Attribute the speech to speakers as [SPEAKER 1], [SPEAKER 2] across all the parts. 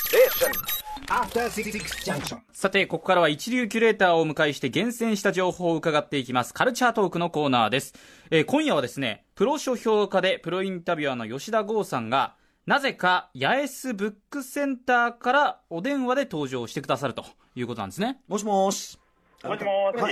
[SPEAKER 1] Station. After Six Junction.
[SPEAKER 2] さて、ここからは一流キュレーターをお迎えして厳選した情報を伺っていきます。カルチャートークのコーナーです。えー今夜はですね、プロ書評家でプロインタビュアーの吉田剛さんが、なぜか八重洲ブックセンターからお電話で登場してくださるということなんですね。
[SPEAKER 3] もしもーし。
[SPEAKER 4] もしもーし。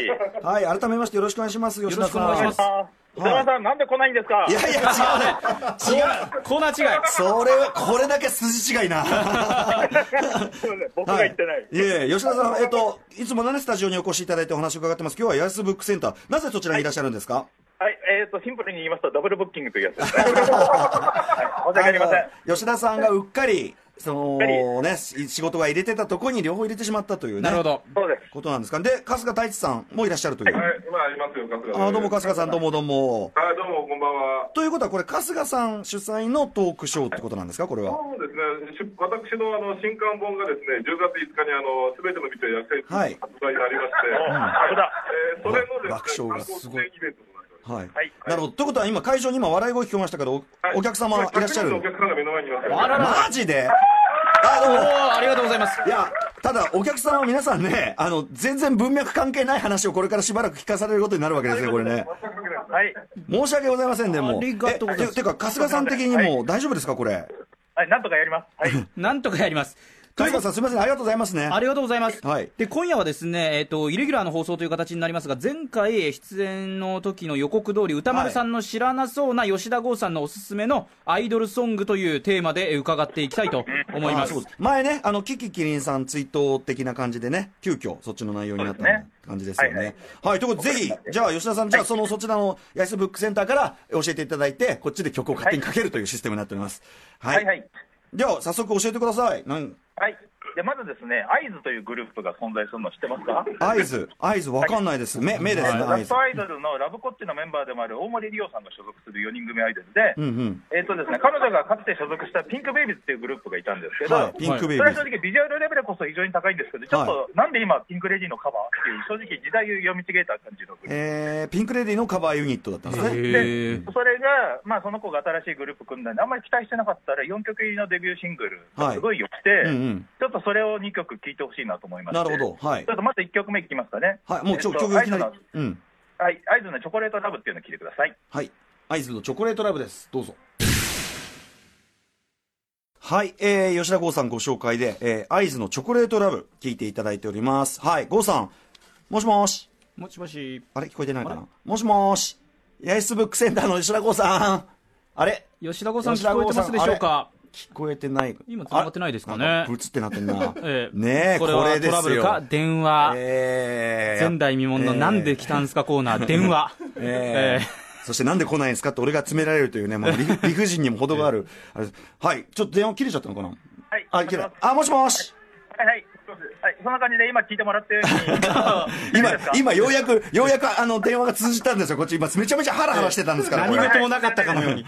[SPEAKER 3] はい、はい改めましてよろしくお願いします。吉田さん。
[SPEAKER 2] よろしくお願いします
[SPEAKER 4] あー、宇多田さん、なんで来ないんですか
[SPEAKER 3] いやいや、違うね。違う。
[SPEAKER 2] コーナー違い。
[SPEAKER 3] それは、これだけ筋違いな。
[SPEAKER 4] すいません僕が言ってない。
[SPEAKER 3] いえいえ、吉田さん、えっと、いつもね、スタジオにお越しいただいてお話を伺ってます。今日は八重洲ブックセンター。なぜそちらにいらっしゃるんですか、
[SPEAKER 4] はい、えっ、と、シンプルに言いますと、ダブルブッキングというや つですね。はい申し訳ありません。
[SPEAKER 3] あの吉田さんがうっかり、その
[SPEAKER 4] かり
[SPEAKER 3] ね、し仕事が入れてたとこに両方入れてしまったというね。
[SPEAKER 2] なるほど。
[SPEAKER 4] そうです。
[SPEAKER 3] ことなんですか。で、春日太一さんもいらっしゃるという。
[SPEAKER 5] はい、今ありますよ、春日です
[SPEAKER 3] あ、どうも春日さん、どうもどうも。
[SPEAKER 5] はい、どうも、こんばんは。
[SPEAKER 3] ということは、これ、春日さん主催のトークショーってことなんですか、これは。
[SPEAKER 5] そうですね、し私のあの新刊本がですね、10月5日にあの全ての店役者
[SPEAKER 3] はい
[SPEAKER 5] 発売になりまして、
[SPEAKER 4] おあそこだ。
[SPEAKER 5] えーそれのです
[SPEAKER 3] 爆笑が
[SPEAKER 5] ね、観光
[SPEAKER 3] す
[SPEAKER 5] 記
[SPEAKER 3] ごい
[SPEAKER 5] 念イベントとなっております。
[SPEAKER 3] はい。
[SPEAKER 4] はい。
[SPEAKER 3] なるほど。ということは、今、会場に今、笑い声聞こえましたけど、お
[SPEAKER 5] はい
[SPEAKER 3] お客様いらっしゃる
[SPEAKER 5] 100人のお客さんが目の前にいますよ
[SPEAKER 2] あらら
[SPEAKER 3] マジであ、どう
[SPEAKER 2] お
[SPEAKER 3] も。
[SPEAKER 2] ー、ありがとうございます。
[SPEAKER 3] いや、ただ、お客さんは皆さんね、あの、全然文脈関係ない話をこれからしばらく聞かされることになるわけですよ、これね。
[SPEAKER 4] はい。
[SPEAKER 3] 申し訳ございませんね、もう。
[SPEAKER 2] ありがとうございます
[SPEAKER 3] えててか、春日さん的にもう大丈夫ですか、これ。
[SPEAKER 4] はい、なんとかやります。はい。
[SPEAKER 2] なんとかやります。という
[SPEAKER 3] 春日さん、すみません、ありがとうございますね。
[SPEAKER 2] ありがとうございます。
[SPEAKER 3] はい
[SPEAKER 2] で、今夜はですね、えっ、と、イレギュラーの放送という形になりますが、前回出演の時の予告通り、歌丸さんの知らなそうな吉田剛さんのおすすめのアイドルソングというテーマでえー伺っていきたいと思いま
[SPEAKER 3] あ
[SPEAKER 2] す
[SPEAKER 3] そう。です前ね、あの、キキキリンさん追悼的な感じでね、急遽そっちの内容になった
[SPEAKER 4] そうですね
[SPEAKER 3] 感じですよね。
[SPEAKER 4] はい
[SPEAKER 3] は、
[SPEAKER 4] はい
[SPEAKER 3] ということで、ぜひ、じゃあ、吉田さん、じゃあ、その、そちらの安ブックセンターから教えていただいて、こっちで曲を勝手にかけるというシステムになっております。はい。
[SPEAKER 4] はい、はい。
[SPEAKER 3] では、早速教えてください。なん
[SPEAKER 4] はい。で、まずですね、アイズというグループが存在するの知ってますか
[SPEAKER 3] 合図、合図、わかんないです。目、目ですね、
[SPEAKER 4] ラ
[SPEAKER 3] 合
[SPEAKER 4] ス
[SPEAKER 3] 図
[SPEAKER 4] ト。アイドルのラブコッチのメンバーでもある大森リオさんが所属する4人組アイドルで、
[SPEAKER 3] うんうん。
[SPEAKER 4] えっ、とですね、彼女がかつて所属したピンクベイビーズっていうグループがいたんですけど、
[SPEAKER 3] はい、ピンクベイ
[SPEAKER 4] そ
[SPEAKER 3] ビー
[SPEAKER 4] れは
[SPEAKER 3] ズ。
[SPEAKER 4] 正直、ビジュアルレベルこそ非常に高いんですけど、ちょっと、
[SPEAKER 3] は
[SPEAKER 4] なんで今、ピンク・レディーのカバーっていう、正直、時代を読み違えた感じのグル
[SPEAKER 3] えー、
[SPEAKER 4] ー
[SPEAKER 3] ピンクレディーのカバーユニットだったんですね。
[SPEAKER 2] へー
[SPEAKER 4] プ、それが、まあ、その子が新しいグループ組んだんで、あんまり期待してなかったら、4曲入りのデビューシングルがすごい良くて、
[SPEAKER 3] うんうん。
[SPEAKER 4] ちょっとそれを2曲聴いてほしいなと思いまして、
[SPEAKER 3] なるほど。はい
[SPEAKER 4] ちょ。っとまず1曲目いきますかね、
[SPEAKER 3] はい、もうちょ、
[SPEAKER 4] えっと
[SPEAKER 3] 曲いきなり
[SPEAKER 4] 合図。
[SPEAKER 3] うん。
[SPEAKER 4] はい、アイズのチョコレートラブっていうのを聴いてください。
[SPEAKER 3] はい。合図のチョコレートラブです。どうぞ。はい、えー、吉田剛さんご紹介で、えー、合図のチョコレートラブ、聞いていただいております。はい、剛さん。もしもし。
[SPEAKER 2] もしもし、
[SPEAKER 3] あれ、聞こえてないかなもしもし。八重洲ブックセンターの吉田剛さん。あれ
[SPEAKER 2] 吉田剛さん聞こえてますでしょうか
[SPEAKER 3] 聞こえてない。
[SPEAKER 2] 今繋がってないですかね。
[SPEAKER 3] あれんブツってなってんな
[SPEAKER 2] ええ
[SPEAKER 3] ねえ、こ
[SPEAKER 2] これは
[SPEAKER 3] れ
[SPEAKER 2] ト
[SPEAKER 3] で
[SPEAKER 2] ラ
[SPEAKER 3] す
[SPEAKER 2] ブルか
[SPEAKER 3] よ。
[SPEAKER 2] 電話。
[SPEAKER 3] えー
[SPEAKER 2] 前代未聞のなんで来たんすかコーナー、電話。
[SPEAKER 3] ええそしてなんで来ないんですかって俺が詰められるというね、もう理理不尽にも程がある。あれはい、ちょっと電話切れちゃったのかな
[SPEAKER 4] はい、
[SPEAKER 3] あ、切れ
[SPEAKER 4] は。
[SPEAKER 3] あ、もしもし。、
[SPEAKER 4] い、はい、はい、そんな感じで今聴いてもらったように
[SPEAKER 3] 今、今、ようやく、ようやくあの電話が通じたんですよ。こっち今、めちゃめちゃハラハラしてたんですから、こ
[SPEAKER 2] 何
[SPEAKER 3] れ。
[SPEAKER 2] 事もなかったかのように。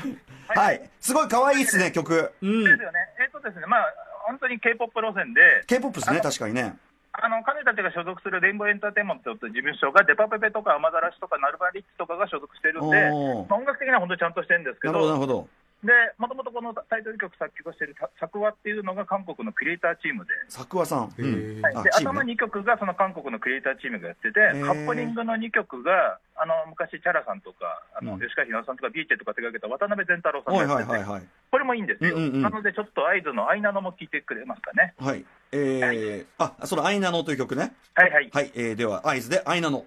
[SPEAKER 3] はい。すごい可愛いですね、曲。
[SPEAKER 4] ですよね。えっ、とですね、まあ、本当に K-POP 路線で、
[SPEAKER 3] K-POP ですね、確かにね。
[SPEAKER 4] あの、彼女たちが所属するレインボーエンターテインメントという事務所が、デパペペとかアマザラシとかナルバリッチとかが所属してるんで、
[SPEAKER 3] おー
[SPEAKER 4] まあ、音楽的には本当にちゃんとしてるんですけ
[SPEAKER 3] なるほ
[SPEAKER 4] ど
[SPEAKER 3] ど、な、るほど。
[SPEAKER 4] で、もともとこのタイトル曲作曲をしてるた作話っていうのが韓国のクリエイターチームで、
[SPEAKER 3] 作和さん。うん
[SPEAKER 4] はい、で
[SPEAKER 3] あチー
[SPEAKER 4] 頭
[SPEAKER 3] ムね
[SPEAKER 4] 2曲がその韓国のクリエイターチームがやってて、
[SPEAKER 3] ー
[SPEAKER 4] カップリングの2曲が、あの、昔、チャラさんとか、あの、
[SPEAKER 3] うん
[SPEAKER 4] 吉川ひなのさんとか、ビーチェとか手掛けた渡辺善太郎さん
[SPEAKER 3] は
[SPEAKER 4] が
[SPEAKER 3] い
[SPEAKER 4] や
[SPEAKER 3] は
[SPEAKER 4] っ
[SPEAKER 3] い
[SPEAKER 4] てて、
[SPEAKER 3] はいはい。
[SPEAKER 4] これもいいんですよ。
[SPEAKER 3] うんうんうん
[SPEAKER 4] なので、ちょっと合図のアイナノも聴いてくれますかね。
[SPEAKER 3] はい。えー、あ、その、アイナノという曲ね。
[SPEAKER 4] はいはい。
[SPEAKER 3] はい、えー、では、合図で、アイナの。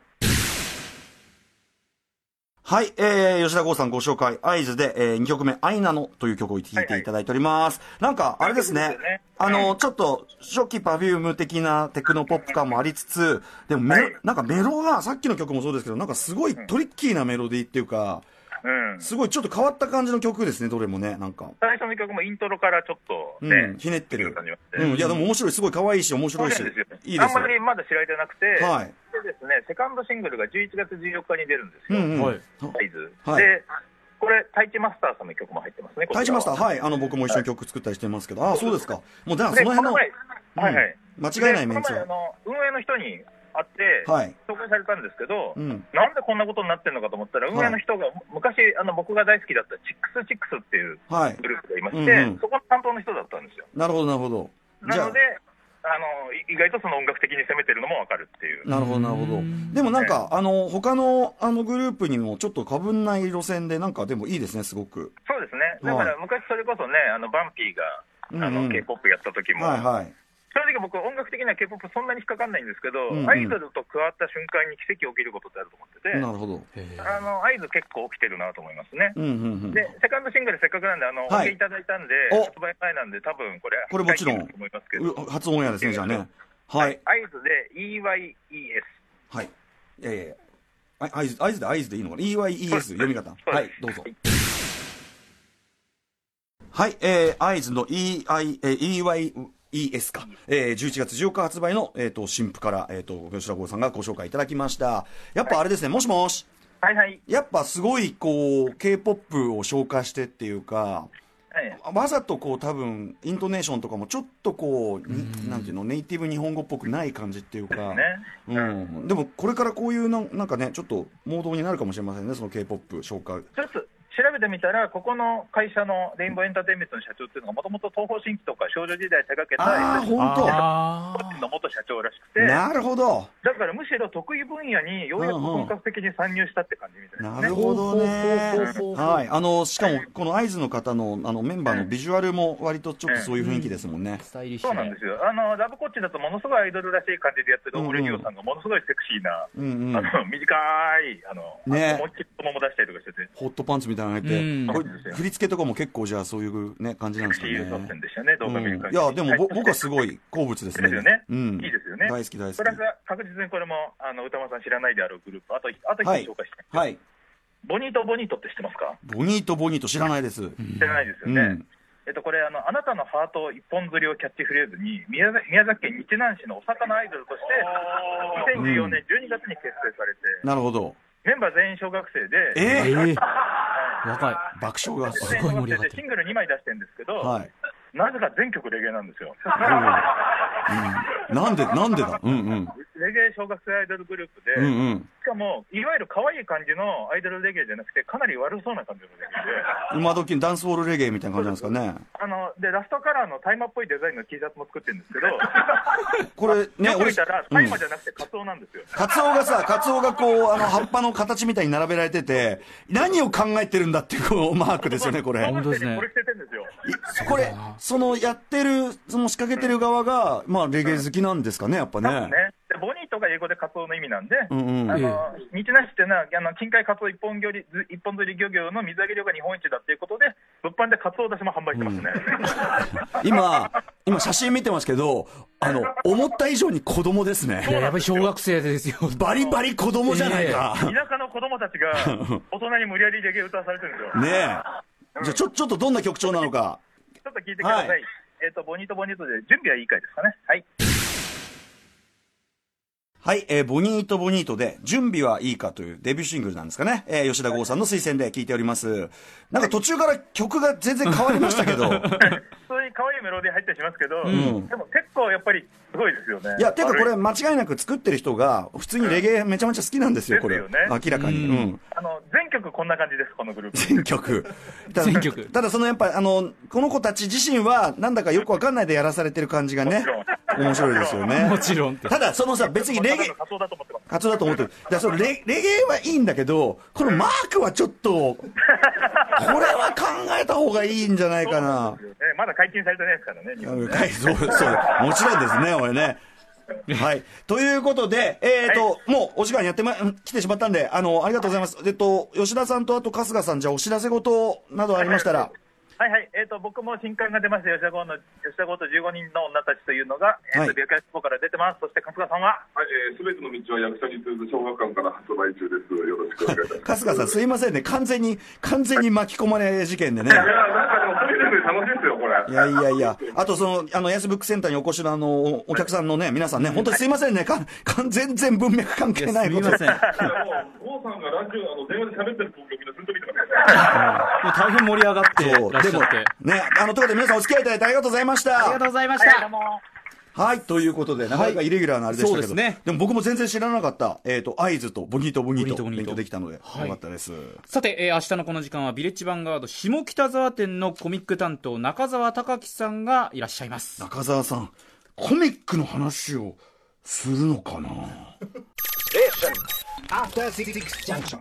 [SPEAKER 3] はい、えー、吉田剛さんご紹介、合図で、えー、2曲目、アイナのという曲を聴いていただいております。なんか、あれです
[SPEAKER 4] そう
[SPEAKER 3] ね
[SPEAKER 4] ですね。
[SPEAKER 3] あの、ちょっと、初期パフューム的なテクノポップ感もありつつ、でもメ、
[SPEAKER 4] はい
[SPEAKER 3] なんかメロが、さっきの曲もそうですけど、なんかすごいトリッキーなメロディーっていうか、
[SPEAKER 4] うん。
[SPEAKER 3] すごいちょっと変わった感じの曲ですね、どれもね、なんか。
[SPEAKER 4] 最初の曲もイントロからちょっとね、
[SPEAKER 3] うん、ひねってる
[SPEAKER 4] 感じがし。て
[SPEAKER 3] うん、いや、でも面白い、すごい可愛いし、面
[SPEAKER 4] そう
[SPEAKER 3] 白い
[SPEAKER 4] な
[SPEAKER 3] し
[SPEAKER 4] んですよ。。
[SPEAKER 3] いいです
[SPEAKER 4] あんまりまだ知られてなくて、
[SPEAKER 3] はい。
[SPEAKER 4] でですね、セカンドシングルが11月14日に出るんで
[SPEAKER 3] う
[SPEAKER 4] すよ、
[SPEAKER 3] んうん。
[SPEAKER 2] はい
[SPEAKER 4] サイズ。
[SPEAKER 3] はい
[SPEAKER 4] で、これ、タイチマスターさんの曲も入ってますね、こちら
[SPEAKER 3] 大島マスター、
[SPEAKER 4] は
[SPEAKER 3] はい、あの、僕も一緒に曲作ったりしてますけど、ああ、そうですか。もう、だから
[SPEAKER 4] で
[SPEAKER 3] その辺の、
[SPEAKER 4] こ前はいはい。
[SPEAKER 3] うん間違いないメンツ
[SPEAKER 4] で
[SPEAKER 3] は
[SPEAKER 4] こ。の前あの運営の人に会って、
[SPEAKER 3] はい。
[SPEAKER 4] 紹介されたんですけど、
[SPEAKER 3] うん。
[SPEAKER 4] なんでこんなことになってるのかと思ったら、運営の人が、昔、あの僕が大好きだったチックスチックスっていう
[SPEAKER 3] はい。
[SPEAKER 4] グループがいまして、
[SPEAKER 3] うんうん
[SPEAKER 4] そこの担当の人だったんですよ。
[SPEAKER 3] なるほど、なるほど。
[SPEAKER 4] な
[SPEAKER 3] じゃあ
[SPEAKER 4] のであの、い意外とその音楽的に攻めてるのも分かるっていう。
[SPEAKER 3] なるほど、なるほど。でもなんか、あの、他の、あのグループにもちょっとかぶんない路線で、なんかでもいいですね、すごく。
[SPEAKER 4] そうですね、だから昔、それこそね、あのバンピーがあ
[SPEAKER 3] うんう
[SPEAKER 4] の
[SPEAKER 3] ん
[SPEAKER 4] k p o p やった時も、
[SPEAKER 3] はいはい。
[SPEAKER 4] 正直僕、音楽的には k p o p そんなに引っかかんないんですけど、
[SPEAKER 3] うんうん
[SPEAKER 4] アイドルと加わった瞬間に奇跡起きることってあると思ってて、
[SPEAKER 3] なるほど。
[SPEAKER 4] あのアイドル結構起きてるなと思いますね。
[SPEAKER 3] うんうんうん。
[SPEAKER 4] で、セカンドシングル、せっかくなんで、あの、
[SPEAKER 3] はい
[SPEAKER 4] お受けいただいたんで、
[SPEAKER 3] お
[SPEAKER 4] 発売前なんで、多分これ、
[SPEAKER 3] これもちろん
[SPEAKER 4] 入ってると思いますけど、
[SPEAKER 3] う初オンエアですね、じゃあね。はい。
[SPEAKER 4] 合図で EYES。
[SPEAKER 3] はい。いやいやいや。あ合図、合図で合図でいいのかな ?EYES、読み方。
[SPEAKER 4] そうです
[SPEAKER 3] はい、どうぞ。はい、えー、合図の EI、えー EYES か。えー、11月14日発売の、えっ、と、新婦から、えっ、と、吉田剛さんがご紹介いただきました。やっぱあれですね、もしもし。
[SPEAKER 4] はいはい。
[SPEAKER 3] やっぱすごいこう K-POP を紹介してっていうか
[SPEAKER 4] はい
[SPEAKER 3] わざとこう多分イントネーションとかもちょっとこうになんていうのネイティブ日本語っぽくない感じっていうか
[SPEAKER 4] ね
[SPEAKER 3] うん、でもこれからこういうなんなんかねちょっと盲導になるかもしれませんねその K-POP 紹介
[SPEAKER 4] ちょっと調べてみたら、ここの会社のレインボーエンターテインメントの社長っていうのが、もともと東方神起とか少女時代手掛けた
[SPEAKER 3] ああ
[SPEAKER 4] SSG
[SPEAKER 3] 本
[SPEAKER 2] あー
[SPEAKER 4] の元社長らしく
[SPEAKER 3] 当、
[SPEAKER 4] て
[SPEAKER 3] なるほど
[SPEAKER 4] だからむしろ得意分野にようやく本格的に参入したって感じみたい
[SPEAKER 3] な
[SPEAKER 4] です
[SPEAKER 3] る
[SPEAKER 4] ね。
[SPEAKER 3] ほどね
[SPEAKER 2] ほうほうほうほうほう
[SPEAKER 3] はいあのしかもこの会津の方のあのメンバーのビジュアルも割とちょっとそういう雰囲気ですもんね
[SPEAKER 2] スタイリッシ
[SPEAKER 4] そう
[SPEAKER 2] ュ
[SPEAKER 4] なんですよあのラブコッチだとものすごいアイドルらしい感じでやってるオブレギオさんがものすごいセクシーな、
[SPEAKER 3] うんう
[SPEAKER 4] あ
[SPEAKER 3] ん
[SPEAKER 4] の短い、あの、
[SPEAKER 3] ね
[SPEAKER 4] 思いっきり太もも出したりとかしてて、
[SPEAKER 3] ホットパンツみたいなの入
[SPEAKER 2] うん
[SPEAKER 3] って、これ振り付けとかも結構じゃあそういうね感じなんです
[SPEAKER 4] シ
[SPEAKER 3] か
[SPEAKER 4] ールド
[SPEAKER 3] ね
[SPEAKER 4] 戦。でしたね、動画見る
[SPEAKER 3] う
[SPEAKER 4] 感
[SPEAKER 3] ん、い
[SPEAKER 4] じ。
[SPEAKER 3] やでもぼ
[SPEAKER 4] い
[SPEAKER 3] 僕はすごい好物ですね。
[SPEAKER 4] ですよね
[SPEAKER 3] うん、
[SPEAKER 4] いいですよね
[SPEAKER 3] 大好き大好
[SPEAKER 4] それは
[SPEAKER 3] き。
[SPEAKER 4] 確実にこれも、あの、歌間さん知らないであろうグループ、あと、あと一
[SPEAKER 3] はい
[SPEAKER 4] つ紹介して、
[SPEAKER 3] はい。
[SPEAKER 4] ボニートボニートって知ってますか
[SPEAKER 3] ボニーとボニーと知らないです。うん。
[SPEAKER 4] 知らないですよね。えっと、これあの、あなたのハート一本釣りをキャッチフレーズに、宮崎宮崎県日南市のお魚アイドルとして、2014年12月に結成されて、
[SPEAKER 3] なるほど。
[SPEAKER 4] メンバー全員小学生で、
[SPEAKER 3] えー、
[SPEAKER 2] えー、若い
[SPEAKER 3] 爆笑が
[SPEAKER 2] す
[SPEAKER 4] 全
[SPEAKER 2] ごい盛
[SPEAKER 4] 員小
[SPEAKER 2] り上が
[SPEAKER 4] 学
[SPEAKER 2] って
[SPEAKER 4] 生で
[SPEAKER 2] る
[SPEAKER 4] シングル2枚出してるんですけど、
[SPEAKER 3] はい。
[SPEAKER 4] なぜか全曲レゲエなんですよ。
[SPEAKER 3] うん、なんでなんでだ。うんうん
[SPEAKER 4] レゲエ小学生アイドルグループで、
[SPEAKER 3] うんうん。
[SPEAKER 4] しかも、いわゆる可愛い感じのアイドルレゲエじゃなくて、かなり悪そうな感じのレゲエで、
[SPEAKER 3] 今時にダンスホールレゲエみたいな感じなんですかね。
[SPEAKER 4] あのでラストカラーの大麻っぽいデザインの T シャツも作ってるんですけど、
[SPEAKER 3] これね
[SPEAKER 4] よく
[SPEAKER 3] 俺
[SPEAKER 4] 見たら、
[SPEAKER 3] う
[SPEAKER 4] 大
[SPEAKER 3] ん
[SPEAKER 4] 麻じゃなくてカツオなんですよ。
[SPEAKER 3] カツオがさ、カツオがこう、あの、葉っぱの形みたいに並べられてて、何を考えてるんだっていう、こう、マークですよね、これ。
[SPEAKER 2] 本当ですね
[SPEAKER 4] これ着ててんですよ。
[SPEAKER 3] これ、そのやってる、その仕掛けてる側が、まあ、レゲエ好きなんですかね、やっぱ
[SPEAKER 4] 多
[SPEAKER 3] ね。
[SPEAKER 4] 分ね、でボニートが英語でカツオの意味なんで、
[SPEAKER 3] うんうん
[SPEAKER 4] あの日南市ってのはあの近海カツオ一本漁りず一本釣り漁業の水揚げ量が日本一だっていうことで、物販でカツオ出しも販売してますね。
[SPEAKER 3] 今、今、写真見てますけど、あの、思った以上に子供です
[SPEAKER 2] いや
[SPEAKER 3] ね。
[SPEAKER 2] やっぱり小学生ですよ
[SPEAKER 3] バリバリ子供じゃないか。
[SPEAKER 4] 田舎の子供たち が大人に無理やりレゲエ歌わされてるんですよ。
[SPEAKER 3] ねえ。じゃあ、ちょ、ちょっとどんな曲調なのか。
[SPEAKER 4] ちょっと聞いてください。
[SPEAKER 3] はい
[SPEAKER 4] えっ、と、ボニートボニートで準備はいいかいですかね。はい。
[SPEAKER 3] はい、えーボニートボニートで、準備はいいかというデビューシングルなんですかね。えー吉田剛さんの推薦で聴いております。なんか途中から曲が全然変わりましたけど。
[SPEAKER 4] 普通に可愛いメロディー入ったりしますけど、
[SPEAKER 3] ん
[SPEAKER 4] でも結構やっぱりすごいですよね。
[SPEAKER 3] いや、てかこ
[SPEAKER 4] 悪
[SPEAKER 3] れ間違いなく作ってる人が、普通にレゲエめちゃめちゃ好きなんですよ、これ。
[SPEAKER 4] ですよね
[SPEAKER 3] 明らかに。うん。
[SPEAKER 4] あの、全曲こんな感じです、このグループ。
[SPEAKER 3] 全曲。ただ
[SPEAKER 2] 全曲
[SPEAKER 3] ただそのやっぱ、あの、この子たち自身は、なんだかよくわかんないでやらされてる感じがね
[SPEAKER 4] もちろ
[SPEAKER 3] 面
[SPEAKER 4] ん、
[SPEAKER 3] 白いですよね。
[SPEAKER 2] もちろんって
[SPEAKER 3] ただ、そのさ、別にレゲエ
[SPEAKER 4] ただの、仮想だと思ってます。
[SPEAKER 3] カツオだと思ってる。だからそのレレゲエはいいんだけど、このマークはちょっと、これは考えた方がいいんじゃないかな。
[SPEAKER 4] えまだ解禁されてないですからね、日本でね
[SPEAKER 3] はい、 そう、そう、もちろんですね、俺ね。はい。ということで、えっ、と、もうお時間やってま、来てしまったんで、あの、ありがとうございます。えっと、吉田さんとあと春日さん、じゃあお知らせ事などありましたら、
[SPEAKER 4] はいはい、えー、と僕も新刊が出まして、吉田剛の吉田剛と15人の女たちというのが、えー
[SPEAKER 3] はい
[SPEAKER 4] と、ビアキャスポから出てます、そして春日さんは、
[SPEAKER 5] はい、えーすべての道は役者に通ず小学館から発売中です。よろしくお願いいたします。
[SPEAKER 3] 春日さんすいませんね、完全に、完全に巻き込まれ事件でね。
[SPEAKER 5] いや、なんかでも、それぞれ楽しいですよ、これ。
[SPEAKER 3] いやいやいや、あとその、あの、安ブックセンターにお越しのあの、おお客さんのね、皆さんね、本当にすいませんね、か、か全然文脈関係ないこと。
[SPEAKER 2] いやすみません
[SPEAKER 5] いやもう、郷さんがラジオ、あの、電話で喋ってる光景みんなずっと見てます。
[SPEAKER 2] もう大変盛り上がって
[SPEAKER 3] そう、
[SPEAKER 2] らっ
[SPEAKER 3] で
[SPEAKER 2] しゃ
[SPEAKER 3] も
[SPEAKER 2] って、
[SPEAKER 3] ね、あの、ということで皆さんお付き合いいただいてありがとうございました。
[SPEAKER 2] ありがとうございまし
[SPEAKER 4] はい、ど
[SPEAKER 2] た
[SPEAKER 4] うも。
[SPEAKER 3] はい、ということで、なかなかイレギュラーなあれでしたけど、
[SPEAKER 2] そうですね
[SPEAKER 3] も僕も全然知らなかった、えっ、と、合図とボギーとボギーと
[SPEAKER 2] ボギーとボギー
[SPEAKER 3] 勉
[SPEAKER 2] と
[SPEAKER 3] 強できたので、
[SPEAKER 2] はい
[SPEAKER 3] よかったです。
[SPEAKER 2] さて、えー明日のこの時間はビレッジヴァンガード下北沢店のコミック担当中澤隆樹さんがいらっしゃいます。
[SPEAKER 3] 中澤さん、コミックの話をするのかな
[SPEAKER 1] After Six Junction.